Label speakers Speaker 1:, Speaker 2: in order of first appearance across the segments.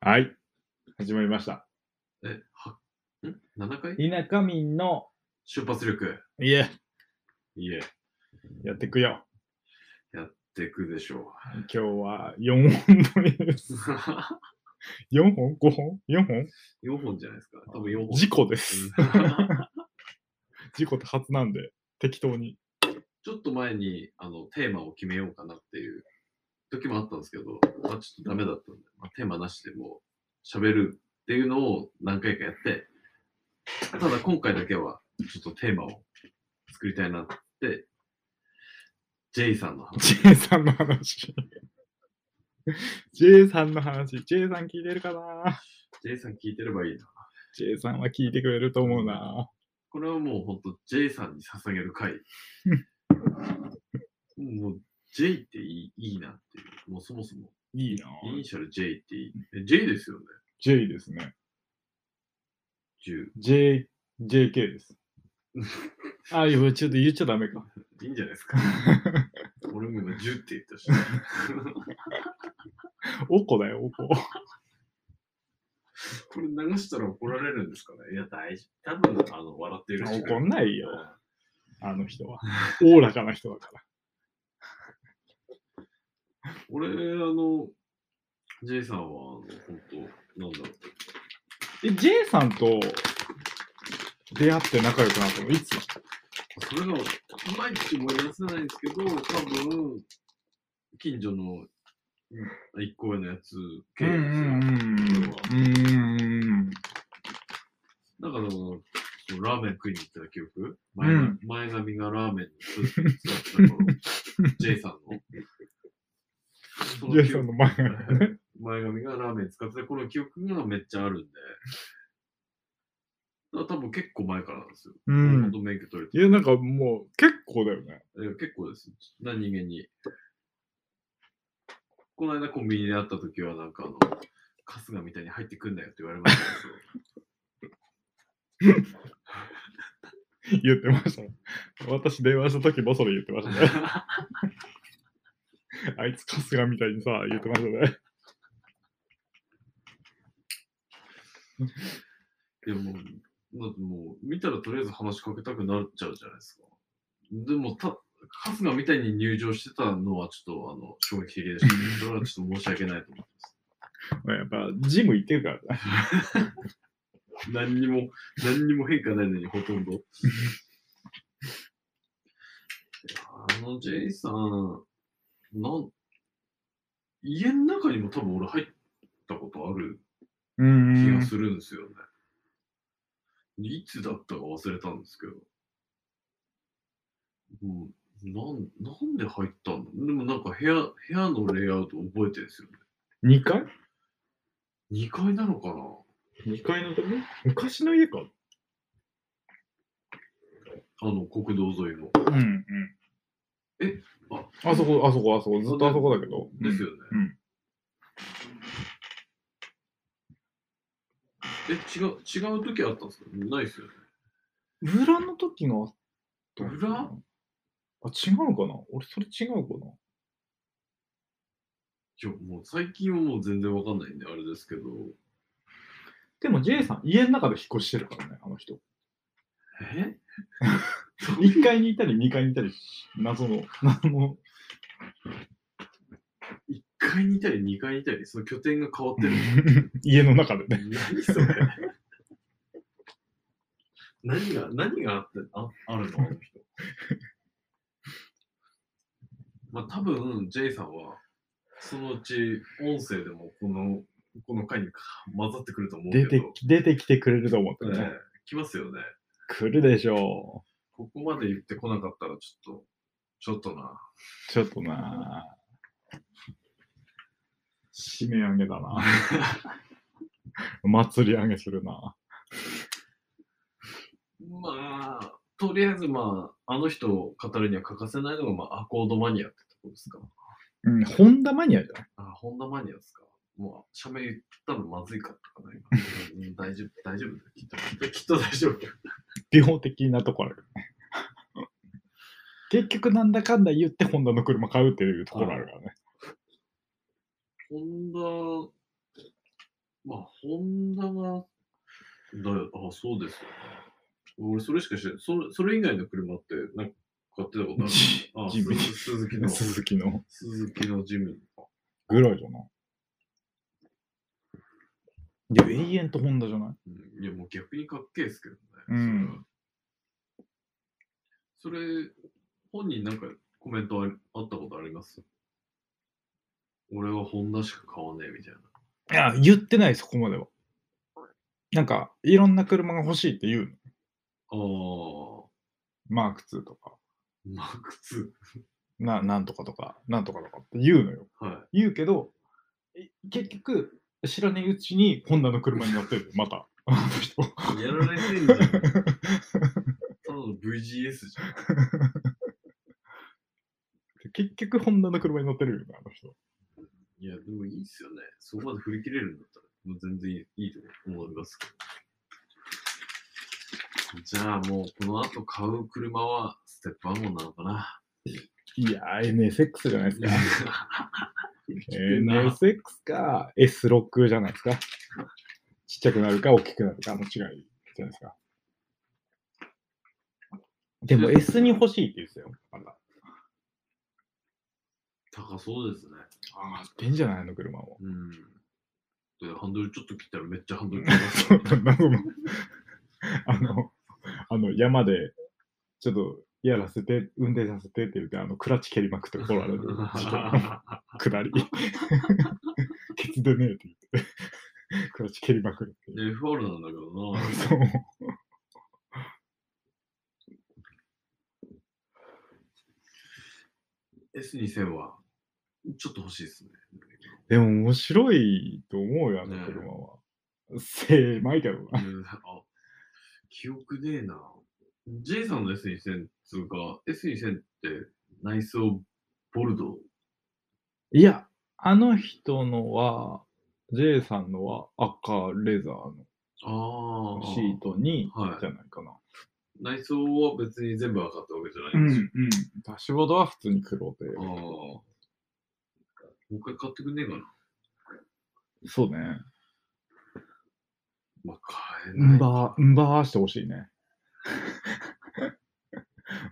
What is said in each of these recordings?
Speaker 1: はい。始まりました。
Speaker 2: え、は、ん ?7 回
Speaker 1: 田舎民の、
Speaker 2: 出発力。
Speaker 1: いえ、
Speaker 2: いえ、
Speaker 1: やってくよ。
Speaker 2: でくでしょ
Speaker 1: 今日は4本撮り です。
Speaker 2: う。
Speaker 1: 4本 ?5 本 ?4 本
Speaker 2: 4本じゃないですか。多分4本。
Speaker 1: 事故です。
Speaker 2: うん
Speaker 1: 事故って初なんで、適当 に。
Speaker 2: ちょっと前にあのテーマを決めようかなっていう時もあったんですけど、まあ、ちょっとダメだったんで、まあ、テーマなしでもう喋るっていうのを何回かやって、ただ今回だけはちょっとテーマを作りたいなって、J さんの話
Speaker 1: J さんの話。J さんの話。J さん聞いてるかな
Speaker 2: J さん聞いてればいいな。
Speaker 1: ?J さんは聞いてくれると思うな。
Speaker 2: これはもう本当 J さんに捧げ る回。もう J っていいいいなっていう。もうそもそも。
Speaker 1: いいな。
Speaker 2: イニシャル J っていい。え J ですよね。
Speaker 1: J ですね。
Speaker 2: 10。
Speaker 1: J、JK です。 あ、いや、ちょっと言っちゃダメか。
Speaker 2: いいんじゃないです か。俺も今10って言ったし。
Speaker 1: おこだよ、おこ。
Speaker 2: これ流したら怒られるんですかね。いや、大事。多分あの笑ってるし。
Speaker 1: 怒んないよ。あの人は。おおらかな人だから。
Speaker 2: 俺、あの、J さんは、あの、本当なんだろう。
Speaker 1: え、J さんと出会って仲良くなったのいつ
Speaker 2: それが、毎日思い出せないんですけど、多分、近所のうん一個上のやつ系ですよ。
Speaker 1: うん。
Speaker 2: だから、そのラーメン食いに行った記憶前,、
Speaker 1: うん
Speaker 2: 前髪がラーメンのスーツ使っ てた頃、J さんの。その
Speaker 1: J
Speaker 2: 記
Speaker 1: さん
Speaker 2: 憶
Speaker 1: の前が。
Speaker 2: 前髪がラーメン使ってた頃の記憶がめっちゃあるんで。だから多分結構前からなんですよ。
Speaker 1: う
Speaker 2: ほ
Speaker 1: ん
Speaker 2: んと。免許取れて
Speaker 1: いや、なんかもう結構だよね。
Speaker 2: いや結構です。何気に。この間コンビニで会った時は、なんかあの、春日みたいに入ってくんなよって言われましたけど。
Speaker 1: 言ってましたね。私電話した時もそれ言ってました ね。あいつ春日みたいにさ、言ってましたね。
Speaker 2: いやもう、だってもう、見たらとりあえず話しかけたくなっちゃうじゃないですか。でも、た、春日みたいに入場してたのはちょっと、あの、衝撃的でした、ね。それはちょっと申し訳ないと思います。
Speaker 1: やっぱジム行ってるからね。
Speaker 2: 何にも、何にも変化ないのに、ほとんど。いやあの、J さん、なん、家の中にも多分俺入ったことある
Speaker 1: う
Speaker 2: 気が
Speaker 1: ん。
Speaker 2: するんですよね。いつだったか忘れたんですけど。うん、なんなんで入ったんだでもなんか部屋、部屋のレイアウト覚えてるんですよね。
Speaker 1: 2階
Speaker 2: 2階なのかな
Speaker 1: ?2 階のとこ昔の家か。
Speaker 2: あの、国道沿いの。
Speaker 1: うんうん。
Speaker 2: えあ
Speaker 1: あそこ、あそこ、あそこ、ずっとあそこだけど。
Speaker 2: ですよね。
Speaker 1: うん
Speaker 2: え、違う、違う時あったんですかないですよね。
Speaker 1: 裏の時があったのか
Speaker 2: 裏
Speaker 1: なあ、違うかな俺、それ違うかな
Speaker 2: ちょ、もう最近はもう全然わかんないんで、あれですけど。
Speaker 1: でも J さん、家の中で引っ越してるからね、あの人。
Speaker 2: え
Speaker 1: 1階にいたり2階にいたり、謎 の、謎の、
Speaker 2: ?1 階にいたり2階にいたり、その拠点が変わってる。
Speaker 1: 家の中 でね。
Speaker 2: 何それ何が、何があって、ああるのあの人。まあ多分、J さんは、そのうち音声でもこの、この回に混ざってくると思うけ
Speaker 1: 出て、
Speaker 2: ど。
Speaker 1: 出てきてくれると思って
Speaker 2: ええ
Speaker 1: ね。
Speaker 2: 来ますよね。
Speaker 1: 来るでしょ
Speaker 2: ここまで言ってこなかったらちょっと、ちょっとな。
Speaker 1: う。ちょっとな締め上げだ な祭り上げするな
Speaker 2: まあ、とりあえずまあ、あの人を語るには欠かせないのが、まあ、アコードマニアってとこですか。
Speaker 1: うん、ホンダマニアじゃない
Speaker 2: あ、ホンダマニアですか。もう、社名言ったのまずいかったかな、 今。うん大丈夫、大丈夫だよ。きっと、きっ ときっと大丈夫。
Speaker 1: 病的なとこあるよね。結局なんだかんだ言ってホンダの車買うっていうところあるからね。
Speaker 2: ホンまあ、ホンダは、だよ、あ、そうですよね。俺、それしかして、それそれ以外の車って、なんか買ってたことある あ、
Speaker 1: ジミー
Speaker 2: す鈴木の、
Speaker 1: 鈴木の
Speaker 2: 鈴木のジミー。
Speaker 1: ぐらいじゃないいや、永遠とホンダじゃない
Speaker 2: うんいや、もう逆にかっけえですけどね。
Speaker 1: うん
Speaker 2: それは。それ、本人なんかコメントありあったことあります俺はホンダしか買わねえみたいな。
Speaker 1: いや、言ってない、そこまでは。なんか、いろんな車が欲しいって言うの。
Speaker 2: ああ、
Speaker 1: マーク2とか、
Speaker 2: マックス。
Speaker 1: ななんとかとか、なんとかとかって言うのよ。
Speaker 2: は
Speaker 1: 言うけど、え結局、知らねえうちにホンダの車に乗ってる、また。 あの人。
Speaker 2: い。やられてんじゃん。ただの VGS じゃん。
Speaker 1: 結局、ホンダの車に乗ってるよね、あの人。
Speaker 2: いや、でもいいっすよね。そこまで振り切れるんだったら、もう全然いいいいと思いますけど。じゃあもう、この後買う車は、ステップワゴンなのかな。
Speaker 1: いやー、NSX じゃないですか。
Speaker 2: な
Speaker 1: NSX か S6 じゃないですか。ちっちゃくなるか大きくなるかの違いじゃないですか。でも S に欲しいって言ってたよ。まだ
Speaker 2: 高そうですね。
Speaker 1: ああ、ってんじゃないあの車も。
Speaker 2: うん。で、ハンドルちょっと切ったらめっちゃハンドル切れます
Speaker 1: そう なんだそのあの、あの山でちょっとやらせて、運転させてって言って、あのクラッチ蹴りまくって怒られる。ちょっと下り。ケツでねえって言って。クラッチ蹴りまくるっていう。
Speaker 2: で FR なんだけどな。
Speaker 1: そう。
Speaker 2: S2000 は、ちょっと欲しいですね。
Speaker 1: でも面白いと思うよ、あの車は。狭いけどな。
Speaker 2: うんあ記憶ねえな。J さんの S2000 つうか、S2000 って内装ボルド
Speaker 1: いや、あの人のは、J さんのは赤レザー
Speaker 2: ー。あ
Speaker 1: の
Speaker 2: あ。
Speaker 1: シートに、
Speaker 2: はい
Speaker 1: じゃないかな。
Speaker 2: 内装は別に全部分かったわけじゃ
Speaker 1: う
Speaker 2: ない
Speaker 1: んう
Speaker 2: んですよ。
Speaker 1: ん。ダッシュボードは普通に黒で。
Speaker 2: ああ。もう一回買ってくんねえかな。
Speaker 1: そうね。
Speaker 2: まあ、買え
Speaker 1: う
Speaker 2: なんい。
Speaker 1: ばー、うんばーしてほしい ね。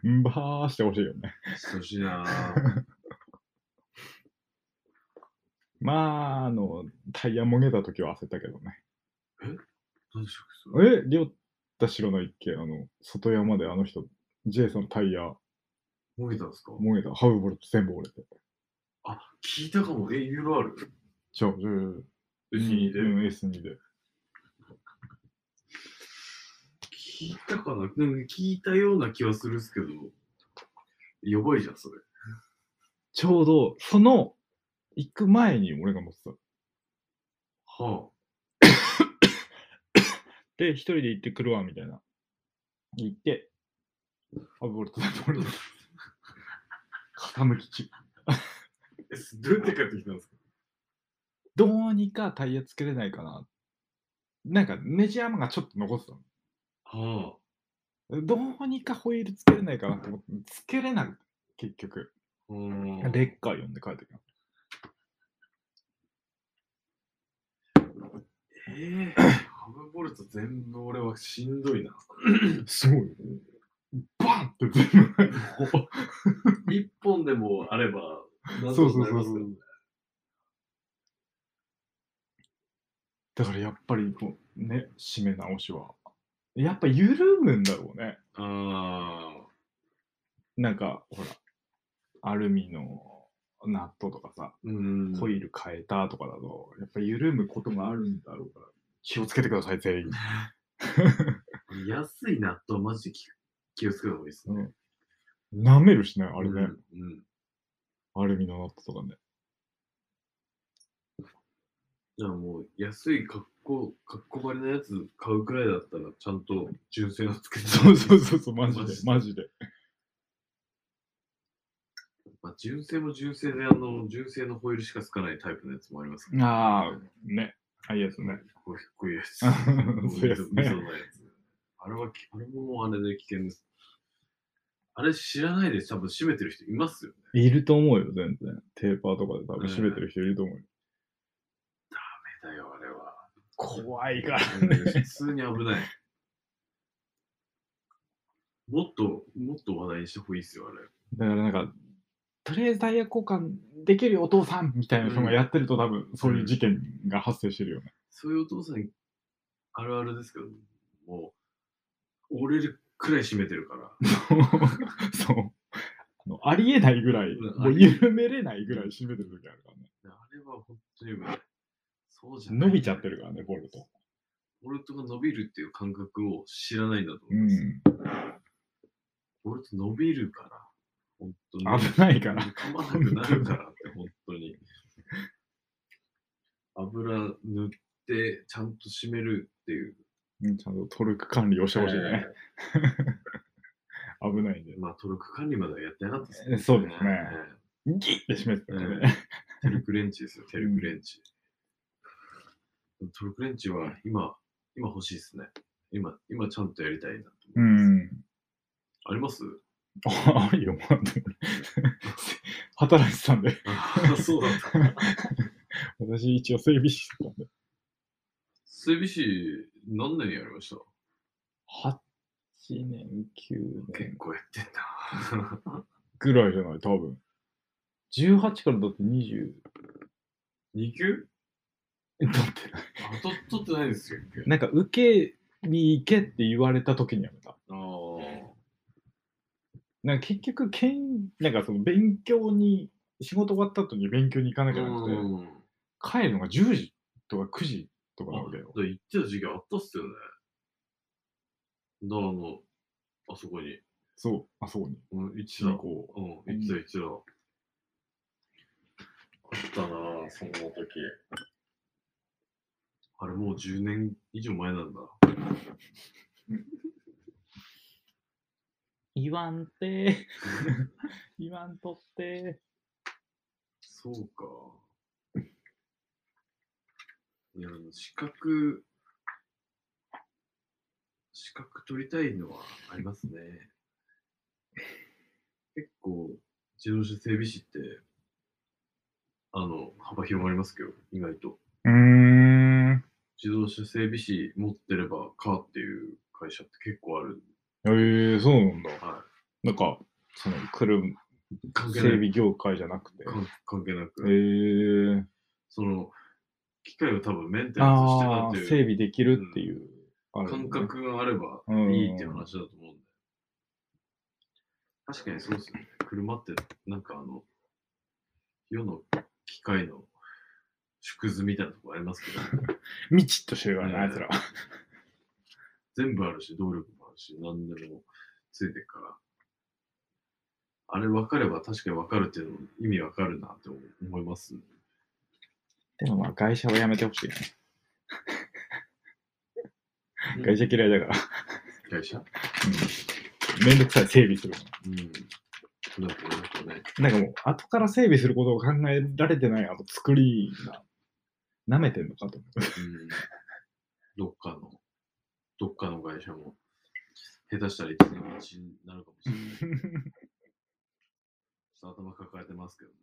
Speaker 1: うんばーしてほしいよね。
Speaker 2: してほしいなあ
Speaker 1: まあ、あの、タイヤもげた時は焦ったけどね。
Speaker 2: 何でしょうか
Speaker 1: え、りょったしろの一軒、あの、外山であの人、J さんのタイヤ、
Speaker 2: それ。もげたんですか
Speaker 1: 燃えた、ハウボルト全部折れて。
Speaker 2: あ、聞いたかも。え、ユーロある
Speaker 1: ちょ、ちょ、
Speaker 2: ?S2 で。
Speaker 1: うん、S2 で。
Speaker 2: 聞いたかななんか聞いたような気はするっすけど。やばいじゃん、それ。
Speaker 1: ちょうど、その、行く前に俺が乗ってた。
Speaker 2: は
Speaker 1: で、一人で行ってくるわ、みたいな。行って、ハウボルト全部折れてた。傾きち。
Speaker 2: あ。え、すどうやって帰ってきたんですか
Speaker 1: どうにかタイヤつけれないかな。なんか、ネジ山がちょっと残ってたの。
Speaker 2: は
Speaker 1: どうにかホイールつけれないかなと思って、つけれなくて、結局。
Speaker 2: あ。うん。
Speaker 1: レッカー呼んで帰ってきた。
Speaker 2: えー、ハブボルト全部俺はしんどいな。
Speaker 1: すごい。バンって全部。
Speaker 2: 一本でもあれば、なん
Speaker 1: そ
Speaker 2: と
Speaker 1: うそう
Speaker 2: かなり
Speaker 1: そ
Speaker 2: ま
Speaker 1: う
Speaker 2: す
Speaker 1: そ
Speaker 2: か
Speaker 1: う
Speaker 2: らね。
Speaker 1: だからやっぱりこうね、締め直しは。やっぱ緩むんだろうね。
Speaker 2: ああ。
Speaker 1: なんか、ほら、アルミのナットとかさ、
Speaker 2: うん。
Speaker 1: ホイール変えたとかだと、やっぱ緩むことがあるんだろうから、気をつけてください、全員。
Speaker 2: 安い納豆マジで気気をつけた方がいいですね。
Speaker 1: 舐めるしね、あれね、
Speaker 2: うん。うん
Speaker 1: アルミのナットとかね。
Speaker 2: じゃあもう安い格好、格好張りのやつ買うくらいだったらちゃんと純正のつけて。
Speaker 1: そう そうそうそう、マジで
Speaker 2: マジで、
Speaker 1: マジで。
Speaker 2: まあ、純正も純正で、あの、純正のホイールしかつかないタイプのやつもありますから。
Speaker 1: ああ、ね。あ、いいですね。
Speaker 2: こういうこういうやつ。
Speaker 1: そうですね
Speaker 2: 溝溝のやつ。あれは、あれももうあれで危険です。あれ知らないで多分閉めてる人いますよね。
Speaker 1: いると思うよ、全然。テーパーとかで多分閉めてる人いると思うよ。
Speaker 2: ダメだよ、あれは。
Speaker 1: 怖いから。
Speaker 2: 普通に危ない。もっと、もっと話題にした方がいいですよ、あれ。
Speaker 1: だからなんか、とりあえずダイヤ交換できるよお父さんみたいなのがやってると多分そういう事件が発生してるよね。
Speaker 2: そういうお父さん、あるあるですけど、もう、折れるくらい締めて るから。
Speaker 1: そう。あのありえないぐらい、
Speaker 2: うん
Speaker 1: もう緩めれないぐらい締めてる時あるからね。
Speaker 2: あれは本当にうまい。そうじゃない
Speaker 1: 伸びちゃってるからね、ボルト。
Speaker 2: ボルトが伸びるっていう感覚を知らないんだと
Speaker 1: う
Speaker 2: 思います。
Speaker 1: ん。
Speaker 2: ボルト伸びるから。本当に。
Speaker 1: 危ないから。
Speaker 2: 噛まなくなるからって、本当に。油塗って、ちゃんと締めるっていう。
Speaker 1: うんちゃんとトルク管理をしてほしいね。危ないんで
Speaker 2: えー。まあ、トルク管理まではやってなかったです
Speaker 1: えそうですね
Speaker 2: え
Speaker 1: ギッて締めてたからね。
Speaker 2: えテルクレンチですよ、テルクレンチ。トルクレンチは今、今欲しいですね。今、今ちゃんとやりたいなと
Speaker 1: う
Speaker 2: 思います。
Speaker 1: ん。
Speaker 2: あります
Speaker 1: ああるよ、まあでもね働いてたんで、
Speaker 2: あ そうだった。
Speaker 1: 私一応整備士だったんで、
Speaker 2: 整備士、何年やりました
Speaker 1: 8年、9
Speaker 2: 結
Speaker 1: 年
Speaker 2: 構やってんな。
Speaker 1: ぐらいじゃない、多分。18からだって20、
Speaker 2: 2級
Speaker 1: え、だってない。
Speaker 2: あ、と取ってないですよ、一級
Speaker 1: なんか受けに行けって言われた時にやめた。
Speaker 2: あー
Speaker 1: なんか結局、けんなんかその勉強に、仕事終わった後に勉強に行かなきゃなくて、
Speaker 2: うん。
Speaker 1: 帰るのが10時とか9時とかな
Speaker 2: あ
Speaker 1: わけよ。
Speaker 2: で行ってた時期あったっすよね。だからあの、あそこに。
Speaker 1: そう、あそこに。
Speaker 2: うん、行ってた。
Speaker 1: 進行
Speaker 2: うん、行ってた、行ってた。あったなぁ、そんな時。あれもう10年以上前なんだ。
Speaker 1: 言わんて、 言わんとって。
Speaker 2: そうか。いや、あの資格、資格取りたいのはありますね。結構、自動車整備士って、あの、幅広がりますけど、意外と。
Speaker 1: うーん。
Speaker 2: 自動車整備士持ってればカーっていう会社って結構ある。
Speaker 1: えー、そうなんだ。
Speaker 2: は
Speaker 1: なんか、その、車、
Speaker 2: い。
Speaker 1: 整
Speaker 2: 関係ない。
Speaker 1: 備業界じゃなくて。
Speaker 2: 関関係なく
Speaker 1: え。ー、
Speaker 2: その、機械を多分メンテナンスしてた
Speaker 1: あ
Speaker 2: っ
Speaker 1: あ、
Speaker 2: て
Speaker 1: 整
Speaker 2: いう。
Speaker 1: 備できるっていう、あれね
Speaker 2: 感覚があればい
Speaker 1: うん
Speaker 2: いっていう話だと思うんで。確かにそうですよね。車って、なんかあの、世の機械の縮図みたいなとこありますけど、
Speaker 1: みちっとしてるからね、
Speaker 2: うん
Speaker 1: あいつらは。
Speaker 2: 全部あるし、動力もあるし、何でもついてるから。あれ分かれば確かに分かるっていうの意味分かるなって思いますね、
Speaker 1: でもまあ、会社はやめてほしいね。会社嫌いだから。
Speaker 2: 会社
Speaker 1: うん。めんどくさい、整備する
Speaker 2: うん。なんかなんかね、
Speaker 1: の。なんかもう、後から整備することを考えられてない、あの、作りが、舐めてんのかと思う。
Speaker 2: うん。どっかの、どっかの会社も、下手したら一年一になるかもしれない。ちょっと頭抱えてますけどね。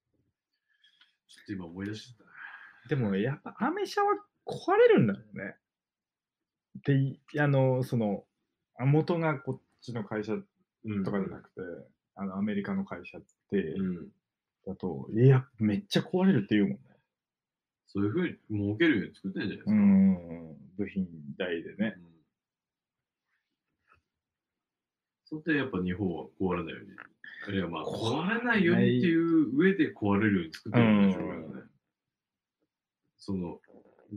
Speaker 2: ちょっと今思い出してたね。
Speaker 1: でもね、やっぱアメ車は壊れるんだよね。でい、あの、その、あ元がこっちの会社
Speaker 2: うん
Speaker 1: とかじゃなくて、あの、アメリカの会社って、
Speaker 2: うん。
Speaker 1: だと、いや、めっちゃ壊れるって言うもんね。
Speaker 2: そういうふうに儲けるように作ってんじゃないですか。
Speaker 1: ん、部品代でね。
Speaker 2: うんそれでやっぱ日本は壊れないように。いやまあ、
Speaker 1: 壊
Speaker 2: 壊れないようにっていう上で壊れるように作ってるんでしょうけどね。その、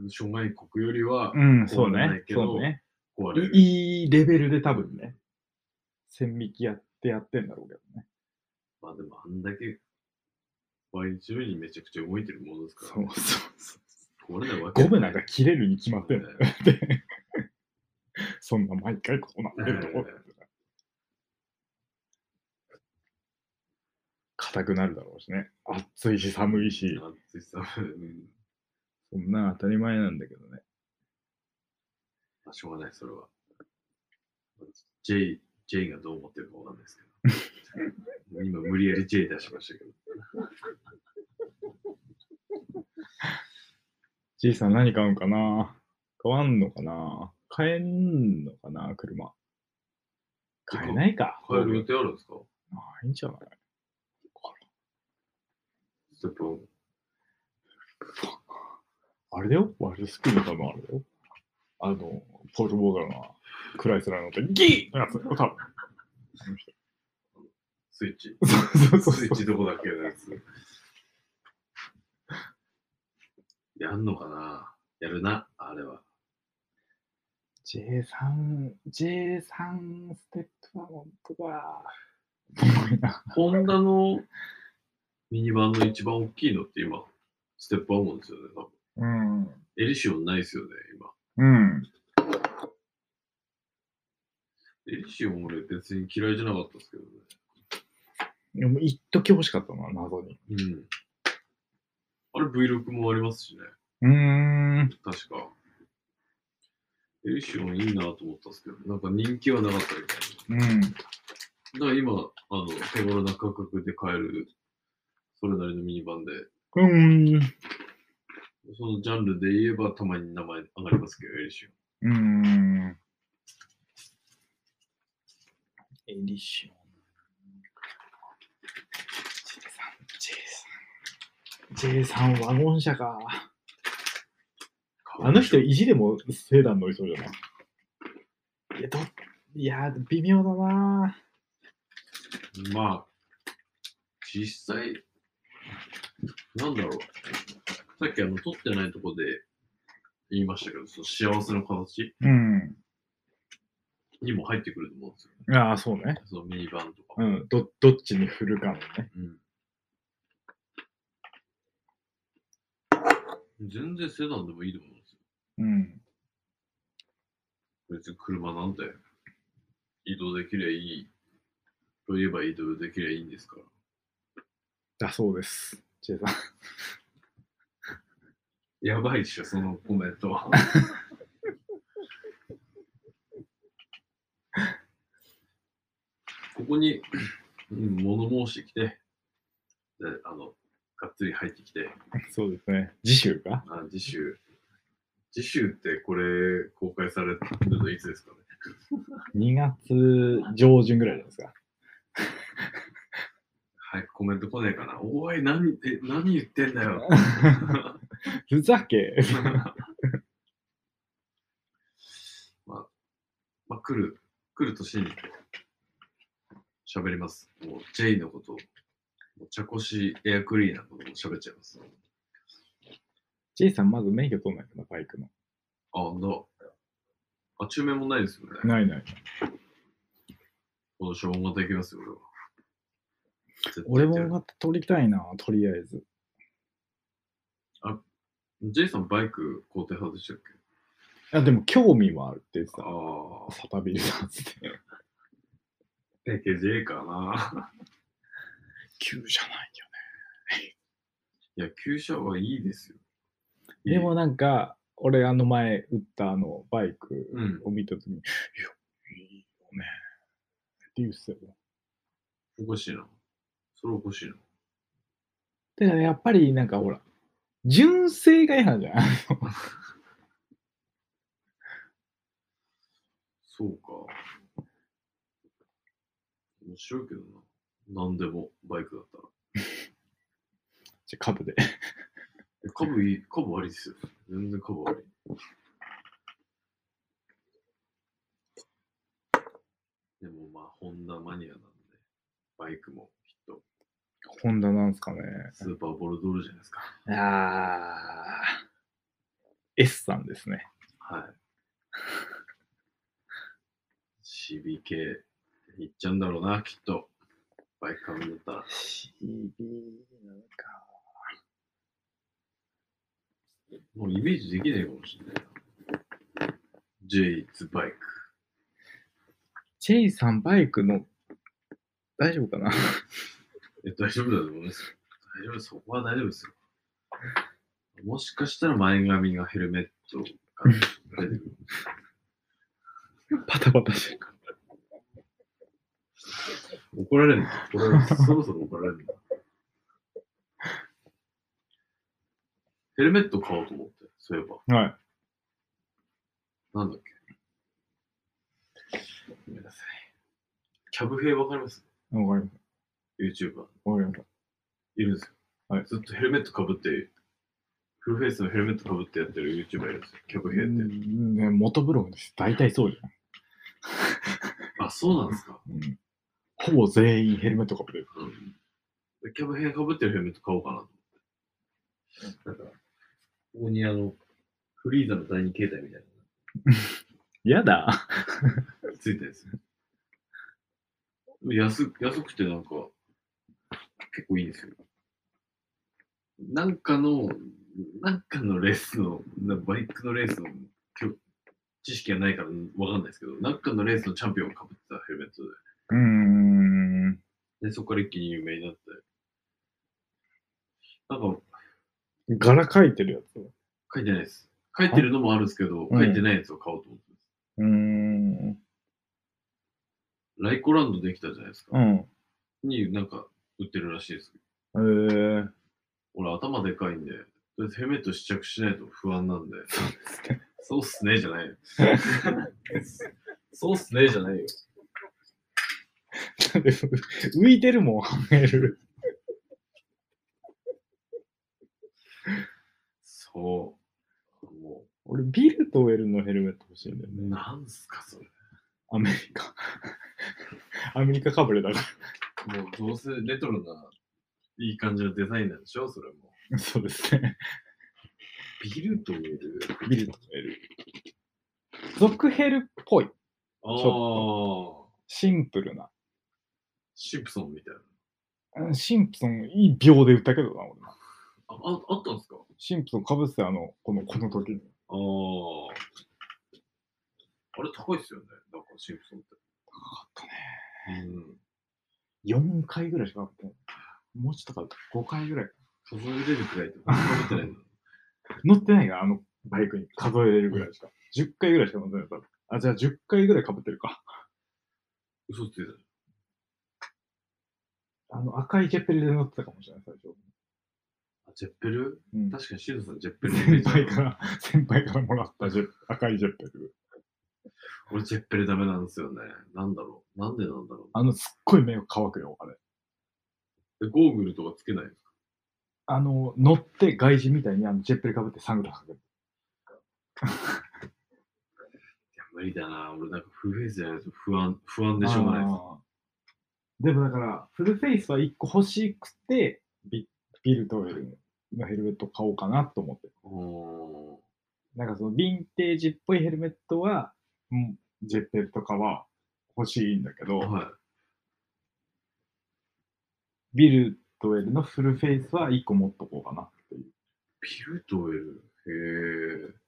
Speaker 2: 諸外国よりは
Speaker 1: うん、
Speaker 2: そ
Speaker 1: そうう
Speaker 2: ね
Speaker 1: ね。そうね。
Speaker 2: 壊れる。
Speaker 1: いいレベルで多分ね、線引きやってやってんだろうけどね。
Speaker 2: まあでもあんだけ毎日のようにめちゃくちゃ動いてるものですから、ね、
Speaker 1: そうそう。
Speaker 2: 壊れないわけ
Speaker 1: ゴムなんか切れるに決ま ってんだよ。で、そんな毎回こうなってるとこ
Speaker 2: え
Speaker 1: 硬くなるだろうしね。暑いし寒いし、
Speaker 2: 暑いさ、うん
Speaker 1: そんな当たり前なんだけどね。
Speaker 2: まあ、しょうがない、それは。J、J がどう思ってるかわかんないです けど。今、無理やり J 出しましたけど。
Speaker 1: じいさん何買うんかな買わんのかな買えんのかな車。買えないか。
Speaker 2: 買える予定あるんですか
Speaker 1: ないんじゃない
Speaker 2: ステップオン。
Speaker 1: あれだよワルスピードのあれだよあの、ポール・ボーガーがクライスラー乗ってギーのやつだよ多分。
Speaker 2: スイッチ。
Speaker 1: そうそう
Speaker 2: ス
Speaker 1: そ
Speaker 2: イ ッ
Speaker 1: う。
Speaker 2: チどこだっけのやつ。やんのかなやるな、あれは。
Speaker 1: J3、J3 ステップは本当だ。な。
Speaker 2: ホンダのミニバンの一番大きいのって今、ステップワゴンですよね、多分。
Speaker 1: うん。
Speaker 2: エリシオンないですよね、今。
Speaker 1: うん。
Speaker 2: エリシオン俺別に嫌いじゃなかったですけどね。
Speaker 1: でも、一時欲しかったな、謎に。
Speaker 2: うん。あれ V6 もありますしね、
Speaker 1: うーん。
Speaker 2: 確か。エリシオンいいなと思ったんですけど、なんか人気はなかったみたいな。
Speaker 1: うん。
Speaker 2: だから今、あの、手頃な価格で買える、それなりのミニバンで、
Speaker 1: うん。
Speaker 2: そのジャンルで言えばたまに名前上がりますけど、エリシ
Speaker 1: うん。エディション。J3、J3。J3 ワゴン車か。
Speaker 2: オン。
Speaker 1: あの人、意地でもセダン乗りそうじゃないいや、ど、いや、微妙だな
Speaker 2: まあ、実際、なんだろう。さっきあの、撮ってないとこで言いましたけど、その幸せの形
Speaker 1: うん。
Speaker 2: にも入ってくると思うんですよね。
Speaker 1: ああ、そうね。
Speaker 2: そのミニバンとか。
Speaker 1: うん。ど、どっちに振るかのね。
Speaker 2: うん全然セダンでもいいと思うんですよ。
Speaker 1: うん。
Speaker 2: 別に車なんて移動できりゃいい。といえば移動できりゃいいんですから。
Speaker 1: だそうです。J さん。
Speaker 2: やばいっしょ、そのコメントは。ここに、うん、物申してきて、であの、がっつり入ってきて、
Speaker 1: そうですね。次週か
Speaker 2: あ次週、次週ってこれ公開されるのいつですかね。
Speaker 1: ?2 月上旬ぐらいじゃないですか。
Speaker 2: 早くコメント来ねえかな。おい、何、え、何言ってん だよ。
Speaker 1: ふざけ。
Speaker 2: まあ、まあ、来る、来る年に喋ります。もう J のこと、もう茶こしエアクリーナーのことも喋っちゃいます。
Speaker 1: J さん、まず免許取んないかな、バイクの。
Speaker 2: あ、なんだ。あ、中面もないですよね。
Speaker 1: ないない。
Speaker 2: この正また行きますよ、俺は。
Speaker 1: 俺
Speaker 2: 絶対行ってやる。
Speaker 1: も取りたいな、とりあえず。
Speaker 2: J さんバイク肯定派でしたっけ
Speaker 1: あ、でも興味はあるって言ってた。
Speaker 2: ああ、
Speaker 1: サタビルさんっつって。
Speaker 2: え、J かな。
Speaker 1: 急じゃないよ
Speaker 2: いや、旧車はいいですよ。
Speaker 1: でもなんか、俺、あの前、売ったあの、バイク。
Speaker 2: うん。
Speaker 1: を見たときに、いや、いいよね。って言ってたよ。
Speaker 2: おかしいな。それおかしいな。
Speaker 1: だからやっぱりなんかほら、純正が違反じゃん。
Speaker 2: そうか。面白いけどな。何でも、バイクだったら。
Speaker 1: じゃあ株で。
Speaker 2: え、株いい、株ありですよ。全然株あり。でもまあ、ホンダマニアなんで、バイクもきっと
Speaker 1: ホンダなんすかね。
Speaker 2: スーパーボルドールじゃないですか。
Speaker 1: あー。S さんですね。
Speaker 2: はい。CBK、いっちゃうんだろうな、きっと。バイク買うんだったら。
Speaker 1: CB なんか。
Speaker 2: もうイメージできないかもしれないな。J2 バイク。
Speaker 1: J さんバイクの、大丈夫かな
Speaker 2: え、大丈夫だと思いますよ。大丈夫です。そこは大丈夫ですよ。もしかしたら前髪がヘルメットが出てくる。
Speaker 1: パタパタしてるか
Speaker 2: 怒られるの怒られる。そろそろ怒られるのヘルメット買おうと思って、そういえば。
Speaker 1: はい。
Speaker 2: なんだっけ。ごめんなさい。キャブ兵わかります
Speaker 1: わかりま
Speaker 2: ?YouTuber。
Speaker 1: した。わかりまし
Speaker 2: いるんですよ。
Speaker 1: はい
Speaker 2: ずっとヘルメットかぶって、フルフェイスのヘルメットかぶってやってる YouTuber いるんですよ。キャブ
Speaker 1: た。
Speaker 2: 兵っ
Speaker 1: う
Speaker 2: て。
Speaker 1: んね、元ブログです。大体そうじゃない。
Speaker 2: あ、そうなんですか。
Speaker 1: うん、ほぼ全員ヘルメットかぶれる。
Speaker 2: うん。キャブ兵かぶってるヘルメット買おうかなと思って。なんか、ここにあの、フリーザの第二形態みたいな
Speaker 1: やだ。
Speaker 2: のがついてるんですよ。安安くてなんか、結構いいんですよ。なんかの、なんかのレースの、なバイクのレースのきょ知識がないからわかんないですけど、なんかのレースのチャンピオンがかぶってたヘルメットで。
Speaker 1: うーん。
Speaker 2: で、そこから一気に有名になって。なんか、
Speaker 1: 柄書いてるやつ。う
Speaker 2: 書いてないです。書いてるのもあるんですけど、
Speaker 1: うん
Speaker 2: 書いてないやつを買おうと思ってます。
Speaker 1: ーん。
Speaker 2: ライコランドできたじゃないですか。
Speaker 1: うん。
Speaker 2: に、なんか、売ってるらしいです。
Speaker 1: えー、
Speaker 2: 俺、頭でかいんで、とりあえずヘルメット試着しないと不安なんで、
Speaker 1: そうですね。
Speaker 2: そうっすね、じゃ ないよ。そうっすね、じゃないよ。
Speaker 1: 浮いてるもん、はめる。
Speaker 2: そう。も
Speaker 1: 俺、ビルとウェルのヘルメット欲しいんだよ
Speaker 2: う、
Speaker 1: ね。
Speaker 2: なんすか、それ。
Speaker 1: アメリカ。アメリカかぶれだか
Speaker 2: もう、どうせレトロな、いい感じのデザインなんでしょ、それも。
Speaker 1: ら。そうですね。
Speaker 2: ビルと見える。
Speaker 1: ビルとウェル。続ヘルっぽい。
Speaker 2: ああ
Speaker 1: ょ
Speaker 2: ー、
Speaker 1: シンプルな。
Speaker 2: シンプソンみたいな。
Speaker 1: うんシンプソン、いい秒で打ったけどな、俺な。
Speaker 2: あ、ああったんですか
Speaker 1: シンプソンかぶってたよあの、この、この時に。
Speaker 2: ああ。あれ高いっすよね。なんかシンプソンって。
Speaker 1: 高か
Speaker 2: ったね。うん。
Speaker 1: 4回ぐらいしかかぶってない。もうちょっとかぶった。5回ぐらい。
Speaker 2: 数えれるくらいとか被ってないんだ。
Speaker 1: 乗ってないから、あのバイクに数えれるぐらいしか。10回ぐらいしか乗ってないから。あ、じゃあ10回ぐらいかぶってるか。
Speaker 2: 嘘ついてた。
Speaker 1: あの赤いジェッペリで乗ってたかもしれない、最初。
Speaker 2: あ、ジェッペル
Speaker 1: うん、
Speaker 2: 確かにシドさんジェッペルのイメー
Speaker 1: 先
Speaker 2: ジあ
Speaker 1: 輩
Speaker 2: る
Speaker 1: から、先輩からもらったジェ赤いジェッペリ。
Speaker 2: 俺ジェッペルダメなんですよね。なんだろう。なんでなんだろ
Speaker 1: あの、すっごい目が乾くよ、あれ。
Speaker 2: う。で、ゴーグルとかつけないんですか
Speaker 1: あの、乗って外人みたいにあのジェッペリかぶってサングラスかける。
Speaker 2: いや、無理だな。俺なんかフルフェイスじゃないと不安、不安でしょうがないです。
Speaker 1: あーでもだから、フルフェイスは1個欲しくて、ビビルトウェルのヘルメット買おうかなと思って。
Speaker 2: おー
Speaker 1: なんかそのヴィンテージっぽいヘルメットは、うん、ジェッペルとかは欲しいんだけど、
Speaker 2: はい。
Speaker 1: ビルトウェルのフルフェイスは1個持っとこうかなっていう。
Speaker 2: ビルとエル。へえ。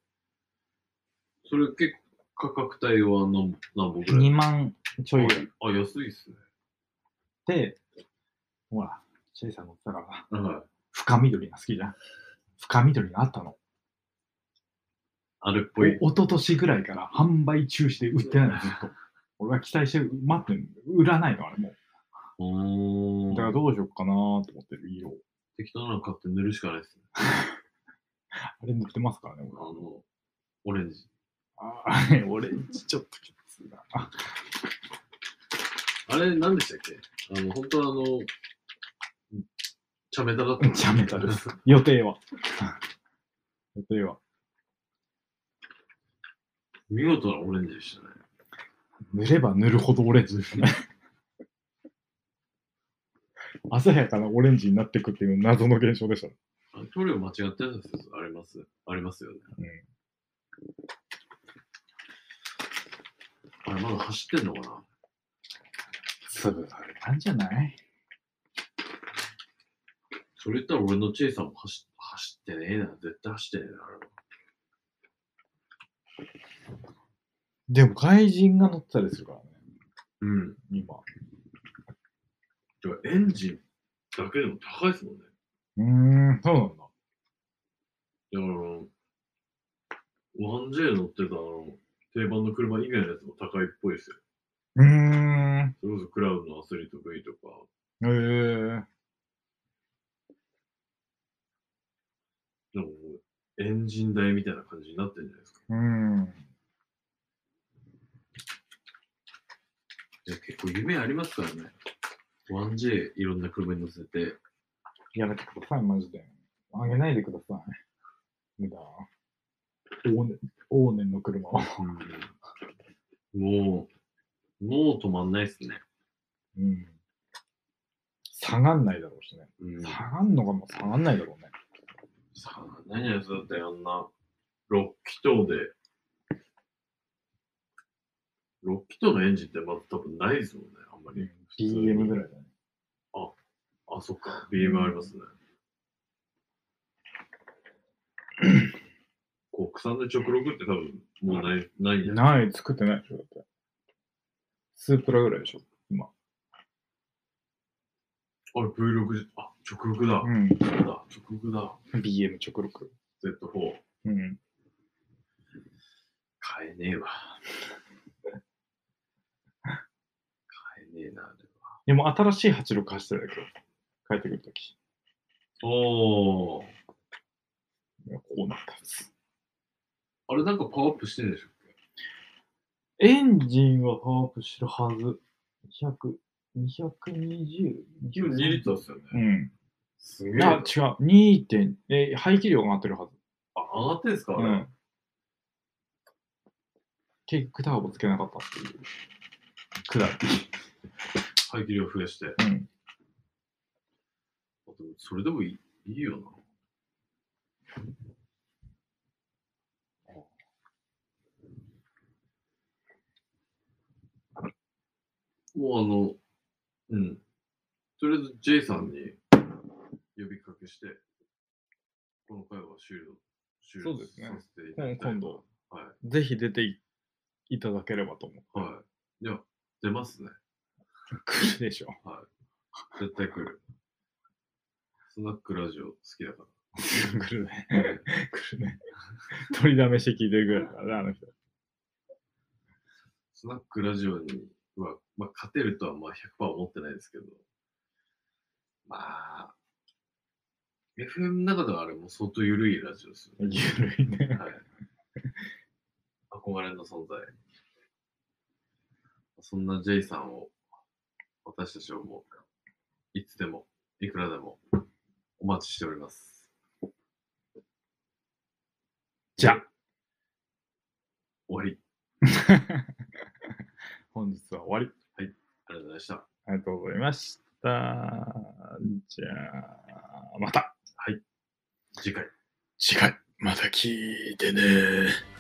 Speaker 2: それ結構価格帯は何何本ぐらい
Speaker 1: 2万ちょいぐらい
Speaker 2: あ、安いっすね。
Speaker 1: で、ほら、シェイさん乗ってたからさ、
Speaker 2: はい。
Speaker 1: 深緑が好きじゃん。深緑があったの。
Speaker 2: あれっぽい。
Speaker 1: お一昨年ぐらいから販売中止で売ってないの、ずっと。俺は期待して待ってん売らないの、あれも
Speaker 2: お
Speaker 1: う。だからどうしようかなと思ってる、色を。
Speaker 2: 適当なの買って塗るしかないっすね。
Speaker 1: あれ塗ってますからね、
Speaker 2: あの、オレンジ。
Speaker 1: 俺。あれ、オレンジちょっときついな。あ
Speaker 2: あれ、何でしたっけあの、本当はあの、茶メタだったの
Speaker 1: ちゃめたです。予定 は。予定は。
Speaker 2: 見事なオレンジでしたね。
Speaker 1: 塗れば塗るほどオレン ジですね。鮮やかなオレンジになってくっていう謎の現象でしたね。
Speaker 2: あれ、塗料間違ってるんですよ。あります。ありますよね。あれ、まだ走ってんのかな
Speaker 1: すぐされたんじゃない
Speaker 2: それ言ったら俺のチェイさんも走走ってねえな。絶対走ってねえな。あれは
Speaker 1: でも外人が乗ってたりするからね、
Speaker 2: うん。
Speaker 1: 今。
Speaker 2: でもエンジンだけでも高いですもんね。
Speaker 1: うーん、そうなんだ。
Speaker 2: だから、1J 乗ってたあの定番の車以外のやつも高いっぽいですよ。
Speaker 1: うーん。
Speaker 2: それこそクラウンのアスリート V とか、
Speaker 1: えー、
Speaker 2: でもエンジン代みたいな感じになってるんじゃないですか。
Speaker 1: うん。
Speaker 2: いや結構夢ありますからね。1J いろんな車に乗せて、
Speaker 1: やめてください、マジで。あげないでください。無駄。往年、往年の車を。
Speaker 2: もう、もう止まんないですね。
Speaker 1: うん。下がんないだろうしね。
Speaker 2: うん、
Speaker 1: 下
Speaker 2: さ
Speaker 1: がんのかも下がんないだろうね。
Speaker 2: あ、何やつだってあんな、6気筒で、6気筒のエンジンってまず多分ないですもんね、あんまり。
Speaker 1: BM ぐらいだね。
Speaker 2: あ、そっか、BM ありますね。国産で直録って多分もうない、ないんじゃない
Speaker 1: ない、作ってないでしょ、だって。スープラぐらいでしょ。
Speaker 2: あれ V6、あ、直録だ。
Speaker 1: うん。
Speaker 2: そうだ、直録だ。
Speaker 1: BM 直録。
Speaker 2: Z4。
Speaker 1: うん。
Speaker 2: 買えねえわ。買えねえな、あれは。
Speaker 1: でも新しい86走ってたけど、帰ってくるとき。
Speaker 2: おー。
Speaker 1: いやこうなったやつ。
Speaker 2: あれなんかパワーアップしてるんでしょ
Speaker 1: エンジンはパワーアップしてるはず。200、220?
Speaker 2: 今2リットルですよね。
Speaker 1: うん。
Speaker 2: すげえ
Speaker 1: いや、違
Speaker 2: な。
Speaker 1: う。2点、えー排気量が上がってるはず。
Speaker 2: あ、上がってんすかあ
Speaker 1: う
Speaker 2: れ。
Speaker 1: ん。結局ターボつけなかったっていう。くだり。
Speaker 2: 排気量増やして。
Speaker 1: ん
Speaker 2: あでもそれでもいいいいよな。もうあの、うん。とりあえず J さんに呼びかけして、この回は終了。終了
Speaker 1: そうですね
Speaker 2: させていただきたい
Speaker 1: 今度。
Speaker 2: はい。
Speaker 1: ぜひ出ていいただければと思
Speaker 2: はい。いや、出ますね。
Speaker 1: う。来るでしょ。
Speaker 2: 絶対来る。スナックラジオ好きだか
Speaker 1: 来るね。
Speaker 2: ら。はい
Speaker 1: 来るね。取りだめして聞いてるぐらいだからね、あの人。
Speaker 2: スナックラジオには、まあ、勝てるとはまあ100%思ってないですけど、まあ、FM の中ではあれも相当緩いラジオですよね。
Speaker 1: ゆるいね。
Speaker 2: はい、憧れの存在。そんな J さんを、私たちをもう、いつでも、いくらでも、お待ちしております。
Speaker 1: じゃあ、
Speaker 2: 終わり。
Speaker 1: 本日は終わり。
Speaker 2: ありがとうございました。
Speaker 1: ありがとうございました。じゃあ、また
Speaker 2: 次回。
Speaker 1: 次回、また聞いてね